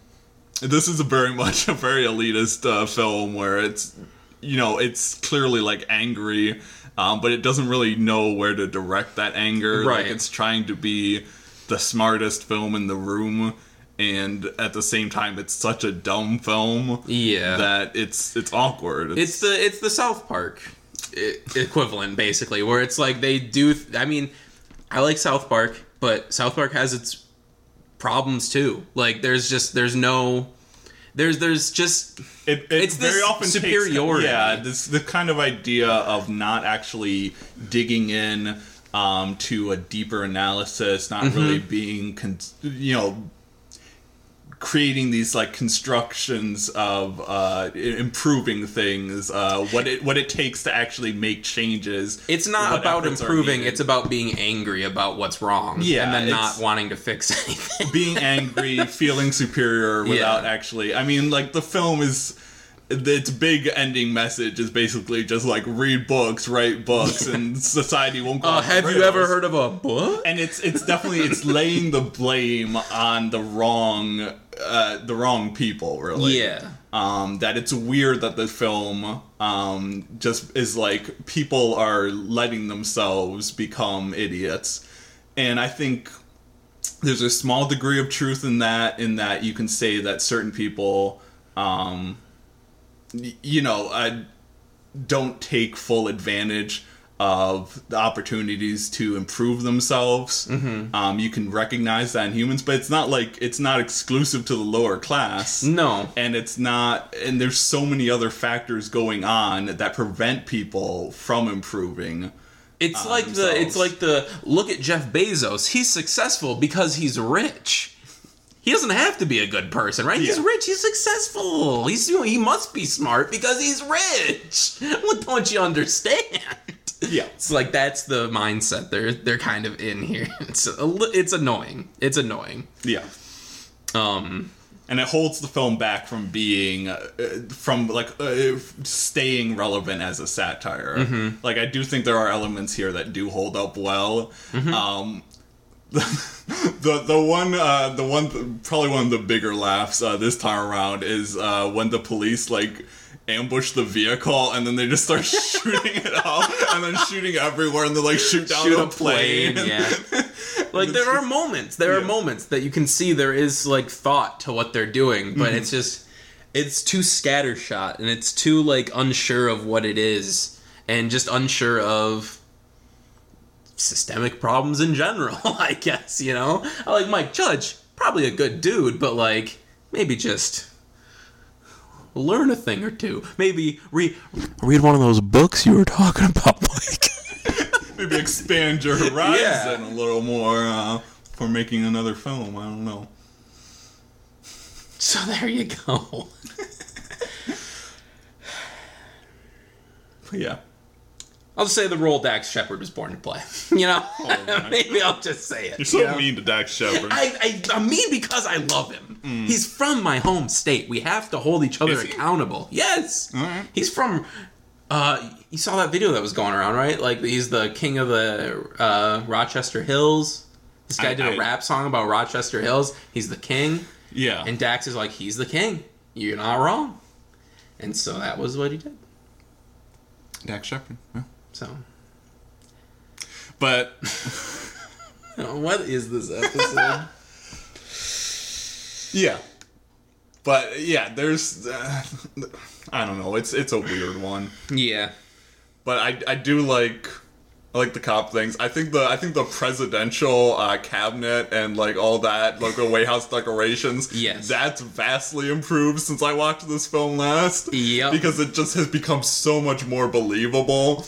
A: this is a very much a very elitist uh, film where it's, you know, it's clearly like angry, um, but it doesn't really know where to direct that anger.
B: Right.
A: Like it's trying to be the smartest film in the room. And at the same time, it's such a dumb film
B: yeah
A: that it's it's awkward.
B: It's the it's the South Park e- equivalent, basically, where it's like they do. I mean, I like South Park, but South Park has its problems too. Like, there's just there's no there's there's just
A: it, it
B: it's
A: very
B: this
A: often takes-
B: superiority.
A: yeah, this the kind of idea of not actually digging in um, to a deeper analysis, not
B: Mm-hmm.
A: really being con- you know creating these like constructions of uh, i- improving things, uh, what it what it takes to actually make changes.
B: it's not
A: what
B: about
A: efforts are
B: improving.
A: needed.
B: It's about being angry about what's wrong,
A: Yeah,
B: and then not
A: it's-
B: wanting to fix anything.
A: being angry, feeling superior without
B: Yeah.
A: actually. I mean, like the film is its big ending message is basically just like read books, write books, and society won't go.
B: Uh,
A: off the
B: have you ever
A: rails.
B: heard of a book?
A: And it's it's definitely it's laying the blame on the wrong uh, the wrong people, really
B: yeah,
A: um, that it's weird that the film um, just is like people are letting themselves become idiots. And I think there's a small degree of truth in that, in that you can say that certain people, um, y- you know, uh, don't take full advantage of the opportunities to improve themselves. Um, you can recognize that in humans, but it's not like it's not exclusive to the lower class
B: no,
A: and it's not and there's so many other factors going on that prevent people from improving
B: It's like the
A: Uh, themselves.
B: it's like the look at Jeff Bezos. He's successful because he's rich. He doesn't have to be a good person, right? He's
A: Yeah.
B: rich. He's successful. He's he must be smart because he's rich. What don't you understand?
A: yeah
B: It's like that's the mindset they're they're kind of in here. It's a, li- it's annoying. It's annoying.
A: yeah
B: Um,
A: and it holds the film back from being uh, uh, from like uh, staying relevant as a satire
B: Mm-hmm.
A: like i do think there are elements here that do hold up well
B: Mm-hmm.
A: um the the one uh, the one probably one of the bigger laughs uh, this time around is uh, when the police like ambush the vehicle and then they just start shooting it up and then shooting everywhere and they like shoot down
B: shoot
A: the
B: a plane.
A: plane.
B: Yeah. like there are moments. There are
A: Yeah.
B: moments that you can see there is like thought to what they're doing, but it's just it's too scattershot and it's too like unsure of what it is and just unsure of systemic problems in general, I guess, you know? I like Mike Judge, probably a good dude, but like maybe just learn a thing or two. Maybe re- read one of those books you were talking about, Mike.
A: maybe expand your horizon
B: Yeah.
A: a little more uh, for making another film. I don't know.
B: So there you go.
A: Yeah.
B: I'll just say the role Dax Shepard was born to play. You know,
A: my
B: maybe I'll just say it.
A: Oh, You're so
B: you know?
A: mean to Dax Shepard.
B: I, I, I mean because I love him. He's from my home state. We have to hold each other
A: Mm. Is he?
B: accountable. Yes,
A: right.
B: he's from. Uh, you saw that video that was going around, right? Like he's the king of the uh, Rochester Hills. This guy
A: I-
B: did a
A: I-
B: rap song about Rochester Hills. He's the king,
A: yeah.
B: and Dax is like, he's the king. You're not wrong. And so that was what he did.
A: Dax Shepard. Yeah.
B: So,
A: But
B: you know, what is this episode?
A: yeah. But yeah, there's uh, I don't know. It's it's a weird one.
B: yeah.
A: But I I do like I like the cop things. I think the I think the presidential uh, cabinet and like all that like the White House decorations.
B: Yes.
A: that's vastly improved since I watched this film last.
B: Yep.
A: because it just has become so much more believable.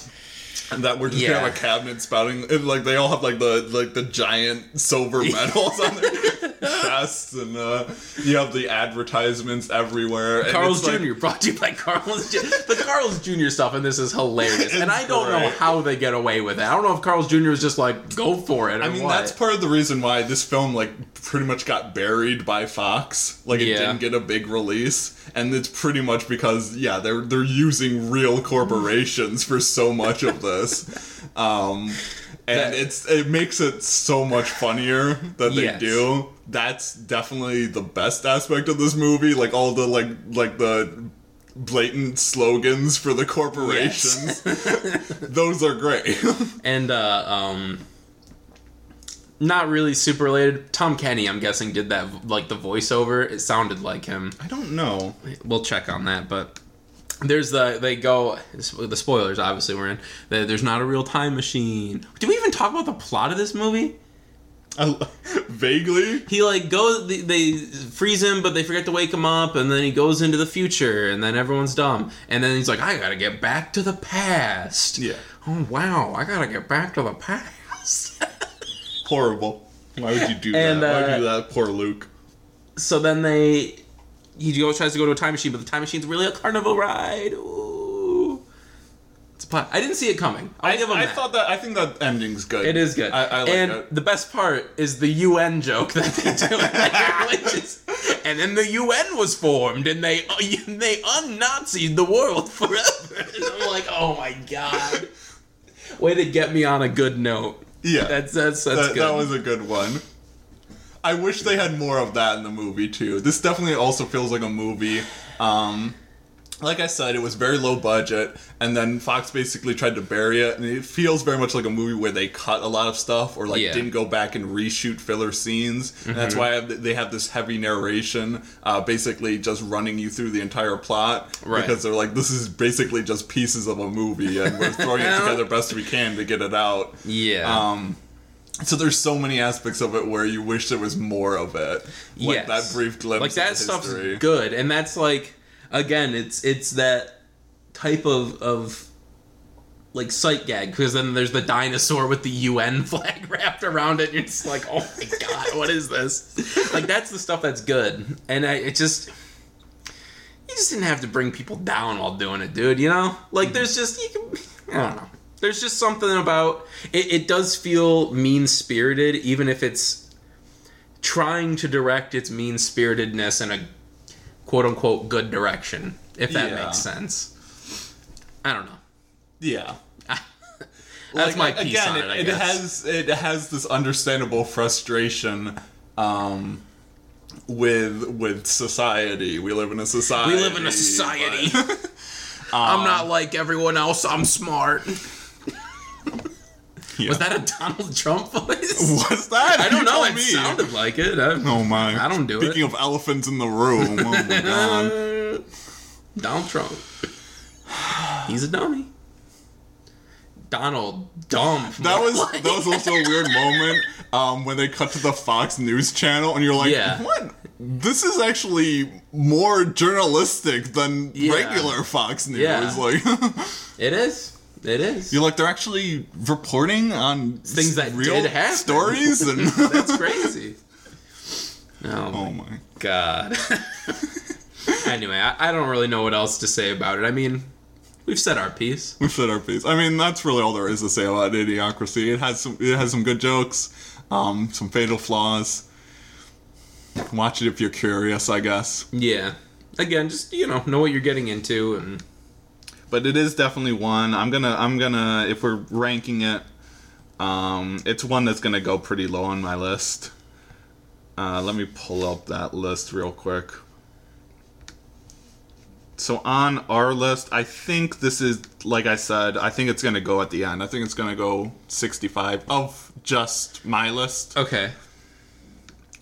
A: And that we're just gonna
B: Yeah.
A: have a cabinet spouting, and like they all have like the like the giant silver medals on their chests, and uh, you have the advertisements everywhere. and
B: Carl's
A: it's, like,
B: Jr. brought to you by Carl's Jr. The Carl's Jr. stuff in this is hilarious, and I don't know
A: great.
B: how they get away with it. I don't know if Carl's Jr. is just like go for it. Or
A: I mean,
B: what.
A: that's part of the reason why this film, like, pretty much got buried by Fox. Like, it
B: Yeah.
A: didn't get a big release, and it's pretty much because, yeah, they're they're using real corporations for so much of this, um, and
B: That-
A: it's it makes it so much funnier that they
B: Yes.
A: do. That's definitely the best aspect of this movie. Like all the like like the blatant slogans for the corporations. Those are great.
B: and uh, um, not really super related. Tom Kenny, I'm guessing, did that like the voiceover. It sounded like him.
A: I don't know.
B: We'll check on that, but. There's the they go the spoilers obviously we're in the, there's not a real time machine. Did we even talk about the plot of this movie?
A: I, vaguely.
B: he like goes they- they freeze him but they forget to wake him up and then he goes into the future and then everyone's dumb and then he's like i gotta get back to the past
A: Yeah.
B: oh wow i gotta get back to the past
A: Horrible. Why would you do
B: And,
A: that? Why would
B: uh,
A: you do that, poor Luke?
B: so then they he goes tries to go to a time machine but the time machine's really a carnival ride Ooh. it's a plot i didn't see it coming i'll give him
A: I
B: that.
A: thought that I think that ending's good.
B: It is good.
A: I, I like
B: and
A: it.
B: the best part is the UN joke that they do. Which is- and then the UN was formed, and they they un-Nazied the world forever. And I'm like, oh my god, way to get me on a good note.
A: Yeah,
B: That's that's that's
A: that,
B: good.
A: that was a good one. I wish they had more of that in the movie too. This definitely also feels like a movie. Um, like I said, it was very low budget, and then Fox basically tried to bury it, and it feels very much like a movie where they cut a lot of stuff or like
B: Yeah. Mm-hmm.
A: didn't go back and reshoot filler scenes. And that's why I have- they have this heavy narration, uh, basically just running you through the entire plot
B: Right.
A: because they're like, this is basically just pieces of a movie, and we're throwing it together best we can to get it out.
B: yeah.
A: Um, so there's so many aspects of it where you wish there was more of it. Like
B: Yes.
A: that brief glimpse.
B: like that
A: of
B: stuff's
A: history.
B: good and that's like again it's it's that type of of like sight gag because then there's the dinosaur with the UN flag wrapped around it and it's like oh my god what is this like that's the stuff that's good and I it just you just didn't have to bring people down while doing it dude you know like there's just you can I don't know there's just something about it, it does feel mean spirited even if it's trying to direct its mean spiritedness in a quote unquote good direction, if that
A: Yeah.
B: makes sense. I don't know.
A: Yeah.
B: That's my piece
A: again,
B: on it, I guess.
A: has it has this understandable frustration um, with with society. We live in a society.
B: we live in a society.
A: um,
B: I'm not like everyone else. I'm smart.
A: but- yeah.
B: Was that a Donald Trump voice?
A: Was that?
B: I don't
A: You
B: know.
A: tell
B: It
A: me.
B: sounded like it. I,
A: Oh my!
B: I don't do
A: Speaking
B: it.
A: of elephants in the room, oh my god!
B: Uh, Donald Trump. He's a dummy. Donald Dump.
A: That was
B: Like-
A: that was also a weird moment um, when they cut to the Fox News channel, and you're like,
B: Yeah.
A: "What? This is actually more journalistic than
B: Yeah.
A: regular Fox News."
B: Yeah.
A: Like,
B: It is. It is.
A: you're like they're actually reporting on
B: Things that
A: real
B: did happen.
A: stories, and
B: That's crazy. Oh,
A: oh
B: my
A: my,
B: god. anyway, I, I don't really know what else to say about it. I mean, We've said our piece.
A: We've said our piece. I mean, that's really all there is to say about Idiocracy. It has some, it has some good jokes, um, some fatal flaws. Watch it if you're curious, I guess.
B: Yeah. Again, just you know, know what you're getting into, and
A: But it is definitely one. I'm gonna, I'm gonna, if we're ranking it, um, it's one that's gonna go pretty low on my list. Uh, let me pull up that list real quick. So on our list, I think this is like I said. I think it's gonna go at the end. I think it's gonna go 65 of just my list.
B: okay.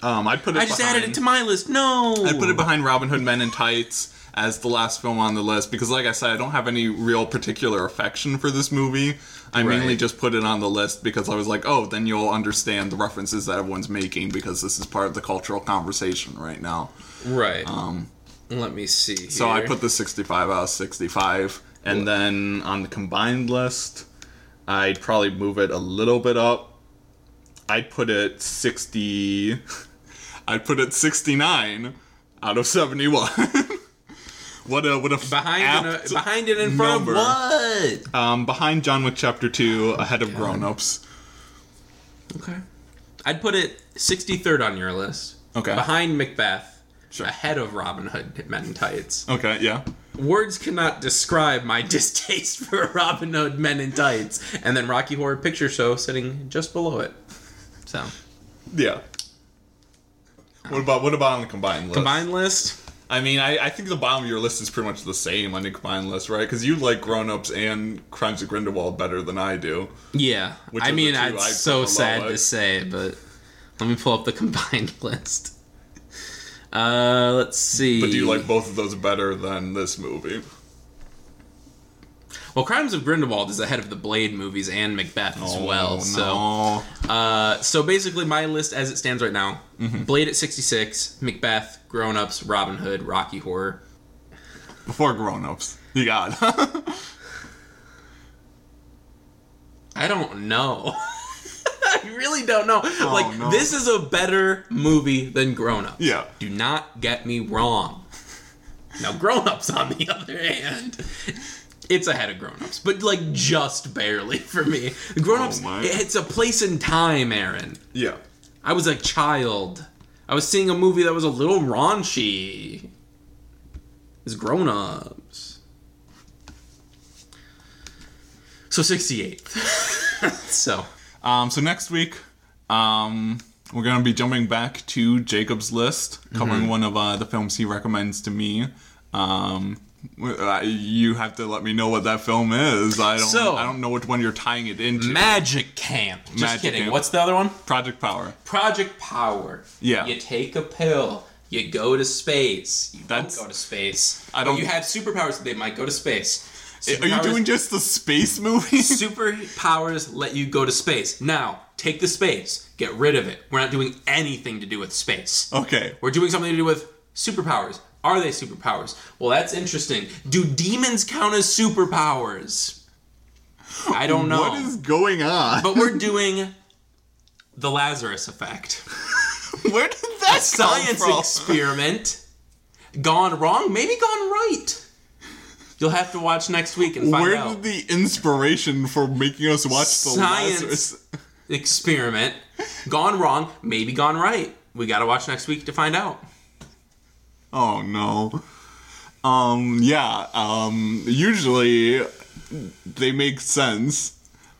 A: Um, I put it.
B: I just added it
A: behind-
B: to my list. No,
A: I put it behind Robin Hood Men in Tights as the last film on the list because, like I said, I don't have any real particular affection for this movie. I mainly
B: Right.
A: just put it on the list because I was like, oh, then you'll understand the references that everyone's making because this is part of the cultural conversation right now.
B: Right. Um. Let me see. Here.
A: So I put the 65 out of 65. And then on the combined list, I'd probably move it a little bit up. I'd put it 60. I'd put it 69 out of 71. what a what a
B: behind
A: apt,
B: it, uh, behind it in front
A: number.
B: of what?
A: um behind John Wick Chapter 2 ahead of Grown Ups.
B: Okay. I'd put it 63rd on your list.
A: Okay.
B: Behind Macbeth.
A: Sure.
B: Ahead of Robin Hood Men in Tights.
A: Okay, yeah.
B: Words cannot describe my distaste for Robin Hood Men in Tights. And then Rocky Horror Picture Show sitting just below it. So,
A: Yeah. What about what about on the combined list?
B: combined list.
A: I mean, I, I think the bottom of your list is pretty much the same on the combined list, right? Because you like Grown Ups and Crimes of Grindelwald better than I do.
B: Yeah.
A: Which
B: I
A: of the
B: mean,
A: two I'd
B: it's
A: put
B: so
A: below
B: sad
A: it?
B: to say, but let me pull up the combined list. Uh, let's see.
A: But do you like both of those better than this movie?
B: Well, Crimes of Grindelwald is ahead of the Blade movies and Macbeth as
A: Oh,
B: well. So, uh, so basically, my list as it stands right now:
A: Mm-hmm.
B: Blade at sixty six, Macbeth, Grown Ups, Robin Hood, Rocky Horror.
A: before Grown Ups, you got. it.
B: I don't know. I really don't know. like
A: Oh, no.
B: this is a better movie than Grown Ups.
A: Yeah.
B: Do not get me wrong. Now, Grown Ups on the other hand, it's ahead of Grown Ups, but like just barely for me. Grown Ups,
A: Oh my.
B: it's a place in time, Aaron.
A: yeah.
B: I was a child. I was seeing a movie that was a little raunchy. It's grown ups. So 68th. so,
A: Um, so next week, um, we're gonna be jumping back to Jacob's list, covering
B: Mm-hmm.
A: one of uh, the films he recommends to me. Um, w- uh, you have to let me know what that film is. I don't.
B: So-
A: I don't know which one you're tying it into.
B: Magic Camp. Just
A: Magic
B: kidding.
A: Camp.
B: What's the other one?
A: Project Power.
B: Project Power.
A: Yeah.
B: You take a pill. You go to space. You
A: That's-
B: don't go to space.
A: I
B: I
A: don't-
B: don't. You have superpowers. They might go to space.
A: Are you
B: Superpowers-
A: doing just the space movies?
B: Superpowers let you go to space. Now, take the space. Get rid of it. We're not doing anything to do with space.
A: okay.
B: We're doing something to do with superpowers. Are they superpowers? Well, that's interesting. Do demons count as superpowers? I don't know.
A: What is going on?
B: but we're doing the Lazarus effect.
A: Where did that
B: Science
A: come from?
B: experiment gone wrong, maybe gone right. You'll have to watch next week and find
A: Where did
B: out.
A: the inspiration for making us watch
B: Science.
A: the Lazarus?
B: experiment gone wrong, maybe gone right. We got to watch next week to find out.
A: Oh no. Um. Yeah. Um. Usually, they make sense.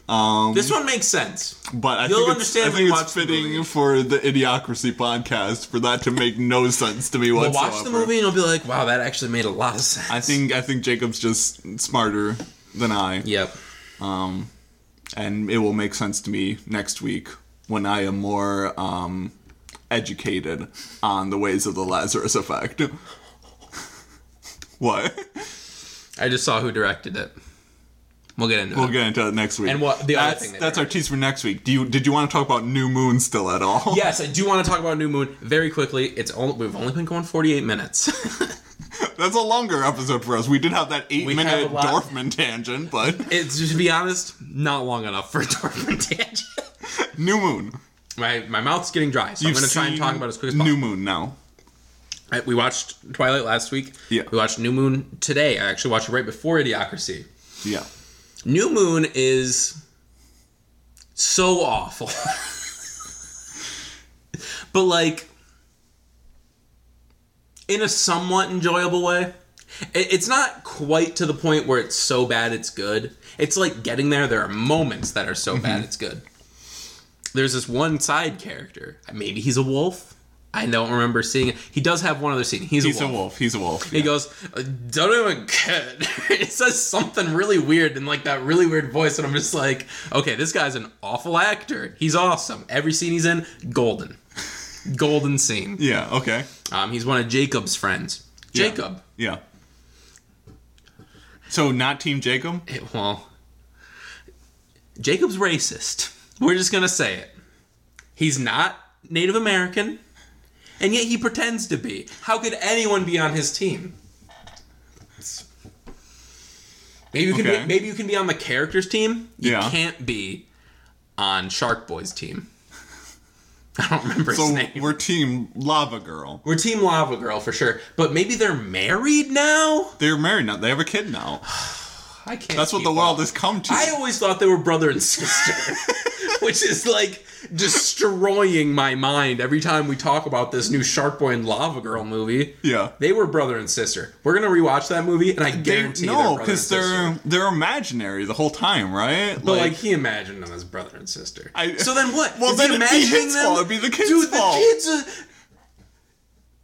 A: Um.
B: This one makes sense.
A: but I
B: You'll
A: think
B: understand
A: it's, I
B: when you
A: think
B: watch
A: it's
B: the
A: fitting
B: movie.
A: for the Idiocracy podcast for that to make no sense to me
B: We'll
A: whatsoever.
B: watch the movie and you'll be like, wow, that actually made a lot of sense.
A: I think I think Jacob's just smarter than I.
B: Yep.
A: um, and it will make sense to me next week when I am more um, educated on the ways of the Lazarus effect. what?
B: I just saw who directed it. We'll get into
A: We'll
B: it.
A: get into it next week.
B: And what- the other
A: that's,
B: thing they
A: that's our tease for next week. Do you did you want to talk about New Moon still at all?
B: Yes, I do want to talk about New Moon very quickly. It's only we've only been going 48 minutes.
A: that's a longer episode for us. We did have that eight
B: We have
A: minute
B: a lot.
A: Dorfman tangent, but
B: it's just to be honest, not long enough for a Dorfman tangent.
A: New Moon.
B: My my mouth's getting dry, so I'm
A: You've
B: going to try and
A: seen
B: talk about it as quick as possible.
A: New Moon now.
B: I, we watched Twilight last week.
A: Yeah.
B: We watched New Moon today. I actually watched it right before Idiocracy.
A: Yeah.
B: New Moon is so awful. but like in a somewhat enjoyable way. It- It's not quite to the point where it's so bad it's good. It's like getting there there are moments that are
A: Mm-hmm.
B: so bad it's good. There's this one side character. Maybe he's a wolf. I don't remember seeing it. He does have one other scene. He's,
A: He's
B: a
A: a
B: wolf.
A: wolf. He's a wolf.
B: He
A: yeah.
B: goes, "I don't even care. it says something really weird in like that really weird voice, and I'm just like, okay, this guy's an awful actor. He's awesome. Every scene he's in, golden, golden scene.
A: Yeah, okay.
B: Um, he's one of Jacob's friends.
A: Yeah.
B: Jacob.
A: Yeah. So not Team Jacob?
B: It- well, Jacob's racist. We're just gonna say it. He's not Native American, and yet he pretends to be. How could anyone be on his team? It's- Maybe you can
A: Okay.
B: be, maybe you can be on the characters team. You
A: Yeah.
B: can't be on Shark Boy's team. I don't remember his
A: So
B: name. We're,
A: we're Team Lava Girl.
B: Team Lava Girl for sure, but maybe they're married now.
A: They're married now. They have a kid now.
B: I can't.
A: That's what the
B: keep up.
A: world has come to.
B: I always thought they were brother and sister, which is like destroying my mind every time we talk about this new Shark Boy and Lava Girl movie.
A: yeah.
B: They were brother and sister. We're gonna rewatch that movie, and I guarantee they're
A: no,
B: brother and
A: because
B: sister.
A: they're they're imaginary the whole time, right?
B: but like he imagined them as brother and sister.
A: I-
B: so then what?
A: Well,
B: Is
A: then
B: he
A: it'd be
B: imagining
A: his
B: them?
A: fault. It'd be the kid's
B: Dude,
A: fault.
B: the kid's a.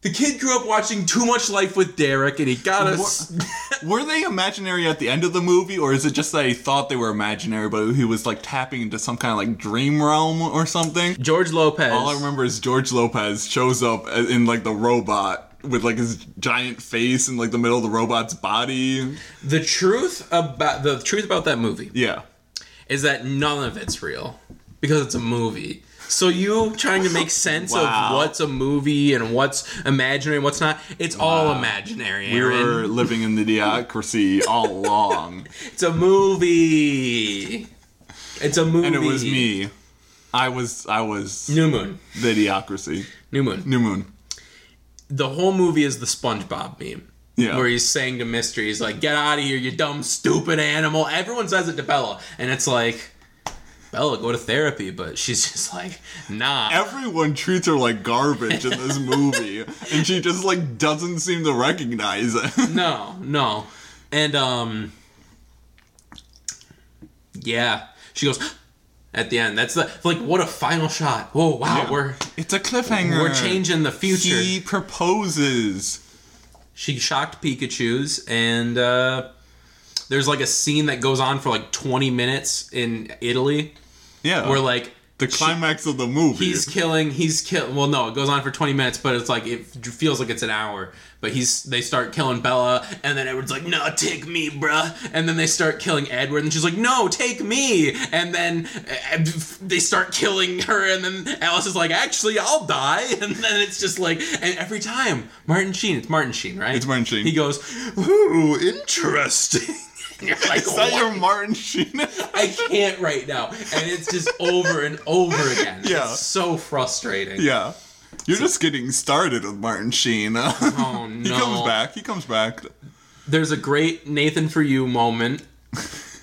B: The kid grew up watching too much Life with Derek, and he got us.
A: were they imaginary at the end of the movie, or is it just that he thought they were imaginary, but he was like tapping into some kind of like dream realm or something?
B: George Lopez.
A: All I remember is George Lopez shows up in like the robot with like his giant face in like the middle of the robot's body.
B: The truth about the truth about that movie.
A: Yeah.
B: is that none of it's real because it's a movie. So you trying to make sense
A: Wow.
B: of what's a movie and what's imaginary and what's not? It's all imaginary.
A: We
B: Aaron.
A: were living in the idiocracy all along.
B: It's a movie. It's a movie.
A: And it was me. I was I was
B: New Moon.
A: the idiocracy.
B: New Moon.
A: New Moon.
B: The whole movie is the SpongeBob meme.
A: Yeah.
B: Where he's saying to Mystery, he's like, "Get out of here, you dumb, stupid animal." Everyone says it to Bella, and it's like, Bella, go to therapy, but she's just like, "Nah."
A: Everyone treats her like garbage in this movie. and she just like doesn't seem to recognize it.
B: No, no. And um Yeah. She goes at the end. That's the like what a final shot. Whoa, wow, we're
A: it's a cliffhanger.
B: we're changing the future.
A: He proposes.
B: She shocked Pikachu's and uh there's like a scene that goes on for like 20 minutes in Italy
A: Yeah.
B: where like
A: Uh, the climax of the movie.
B: he's killing he's kill well no it goes on for 20 minutes but it's like it feels like it's an hour but he's they start killing bella and then edward's like no take me bruh and then they start killing edward and she's like no take me and then uh, they start killing her and then alice is like actually i'll die and then it's just like and every time martin sheen it's martin sheen right
A: It's Martin Sheen.
B: he goes ooh interesting And you're like,
A: Is that
B: "What?"
A: your Martin Sheen?
B: I can't right now, and it's just over and over again.
A: Yeah.
B: it's so frustrating.
A: yeah. You're just getting started with Martin Sheen.
B: Oh no!
A: He comes back. He comes back.
B: There's a great Nathan for you moment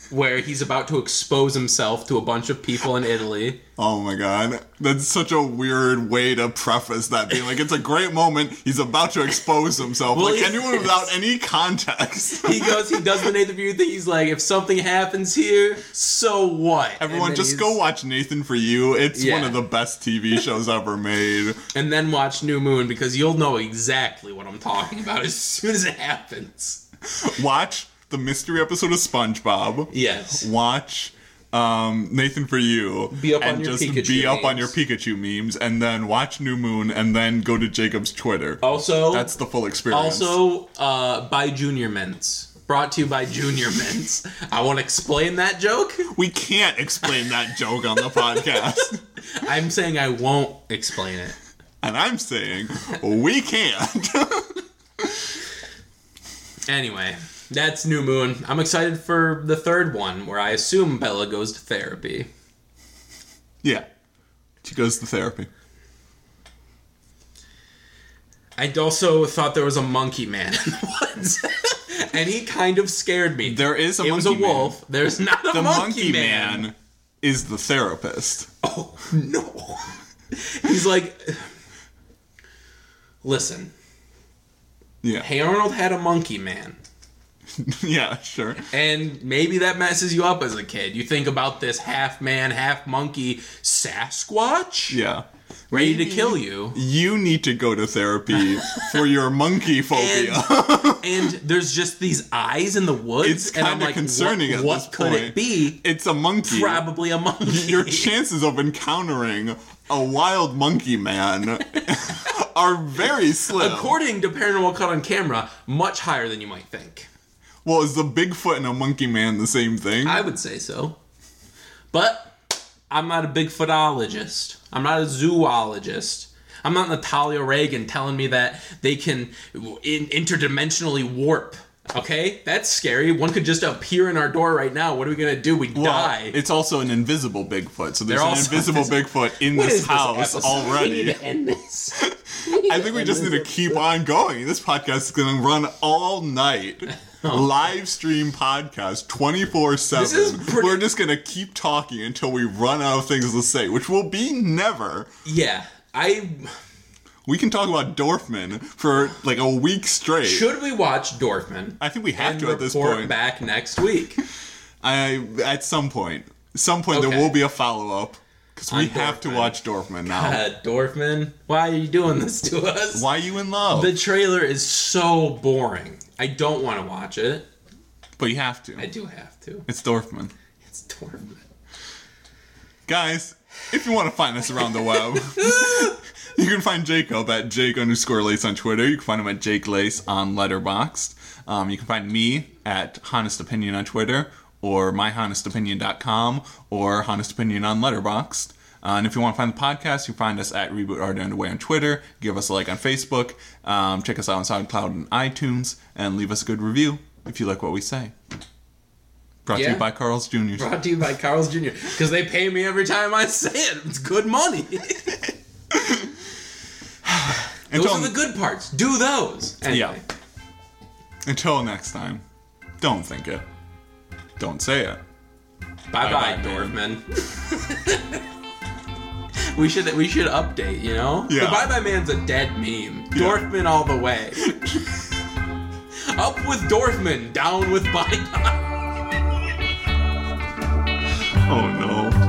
B: where he's about to expose himself to a bunch of people in Italy.
A: Oh my god. That's such a weird way to preface that being like it's a great moment. He's about to expose himself.
B: Well,
A: like
B: he
A: anyone
B: is.
A: without any context.
B: He goes, he does the Nathan for you thing. He's like, if something happens here, so what?
A: Everyone
B: And then
A: just
B: he's-
A: go watch Nathan for you. It's one
B: Yeah.
A: of the best TV shows ever made.
B: and then watch New Moon because you'll know exactly what I'm talking about as soon as it happens.
A: Watch the mystery episode of SpongeBob.
B: Yes.
A: Watch um, Nathan for you.
B: Be up on
A: and
B: your
A: just
B: Pikachu
A: be up on your
B: memes.
A: Pikachu memes and then watch New Moon and then go to Jacob's Twitter.
B: Also,
A: That's the full experience.
B: Oh. Also, uh, by Junior Mints. Brought to you by Junior Mints. I want to explain that joke.
A: we can't explain that joke on the podcast.
B: I'm saying I won't explain it.
A: And I'm saying we can't.
B: Anyway, that's New Moon. I'm excited for the third one, where I assume Bella goes to therapy.
A: yeah. She goes to therapy.
B: I also thought there was a monkey man in the woods. and he kind of scared me.
A: There is a
B: it was a
A: monkey man.
B: wolf. There's not a
A: The
B: monkey,
A: monkey
B: man.
A: man is the therapist.
B: Oh no. He's like, listen,
A: Yeah.
B: Hey Arnold had a monkey man.
A: Yeah, sure.
B: And maybe that messes you up as a kid. You think about this half man, half monkey Sasquatch
A: Yeah.
B: ready to kill you.
A: You need to go to therapy for your monkey phobia.
B: And there's just these eyes in the woods.
A: It's
B: and I'm
A: kinda
B: like,
A: concerning
B: what,
A: at
B: what
A: this
B: could
A: point.
B: it be?
A: it's a monkey.
B: Probably a monkey.
A: Your chances of encountering a wild monkey man are very slim.
B: According to Paranormal Caught on Camera, much higher than you might think.
A: well, is the Bigfoot and a monkey man the same thing?
B: I would say so. But I'm not a Bigfootologist. I'm not a zoologist. I'm not Natalia Reagan telling me that they can in- interdimensionally warp. Okay? That's scary. One could just appear in our door right now. What are we going to do? We'd
A: Well,
B: die.
A: It's also an invisible Bigfoot. So there's an
B: They're also
A: invisible
B: invisible.
A: Bigfoot in
B: What
A: this
B: is
A: house
B: episode? We
A: already.
B: need to end this. We need
A: I
B: to
A: think we
B: end
A: just
B: this
A: need to
B: episode.
A: keep on going. This podcast is going to run all night. Live stream podcast 24
B: Oh. This is
A: 7.
B: pretty-
A: We're just going to keep talking until we run out of things to say, which will be never.
B: Yeah. I
A: We can talk about Dorfman for like a week straight.
B: should we watch Dorfman?
A: I think we have
B: and
A: to at this
B: report
A: point.
B: back next week.
A: I at some point, some point
B: Okay.
A: there will be a follow up because we
B: On
A: have to
B: Dorfman.
A: watch Dorfman now.
B: Uh, Dorfman, why are you doing this to us?
A: Why are you in love?
B: The trailer is so boring. I don't want to watch it.
A: But you have to.
B: I do have to.
A: It's Dorfman.
B: It's Dorfman.
A: Guys, if you want to find us around the web, you can find Jacob at Jake underscore Lace on Twitter. You can find him at Jake Lace on Letterboxd. Um, you can find me at Honest Opinion on Twitter or myhonestopinion.com or Honest Opinion on Letterboxd. Uh, and if you want to find the podcast, you can find us at Reboot Art Underway on Twitter. Give us a like on Facebook. Um, check us out on SoundCloud and iTunes. And leave us a good review if you like what we say. Brought to
B: Yeah.
A: you by Carl's Jr.
B: Brought to you by Carl's Jr. Because they pay me every time I say it. It's good money. those
A: Until-
B: are the good parts. Do those. Anyway,
A: Yeah. Until next time, don't think it. Don't say it.
B: Bye bye,
A: Bye-bye, man.
B: Dorfman. we should we should update. You know.
A: Yeah.
B: The bye bye man's a dead meme.
A: Yeah.
B: Dorfman all the way. Up with Dorfman, down with bye bye.
A: Oh no.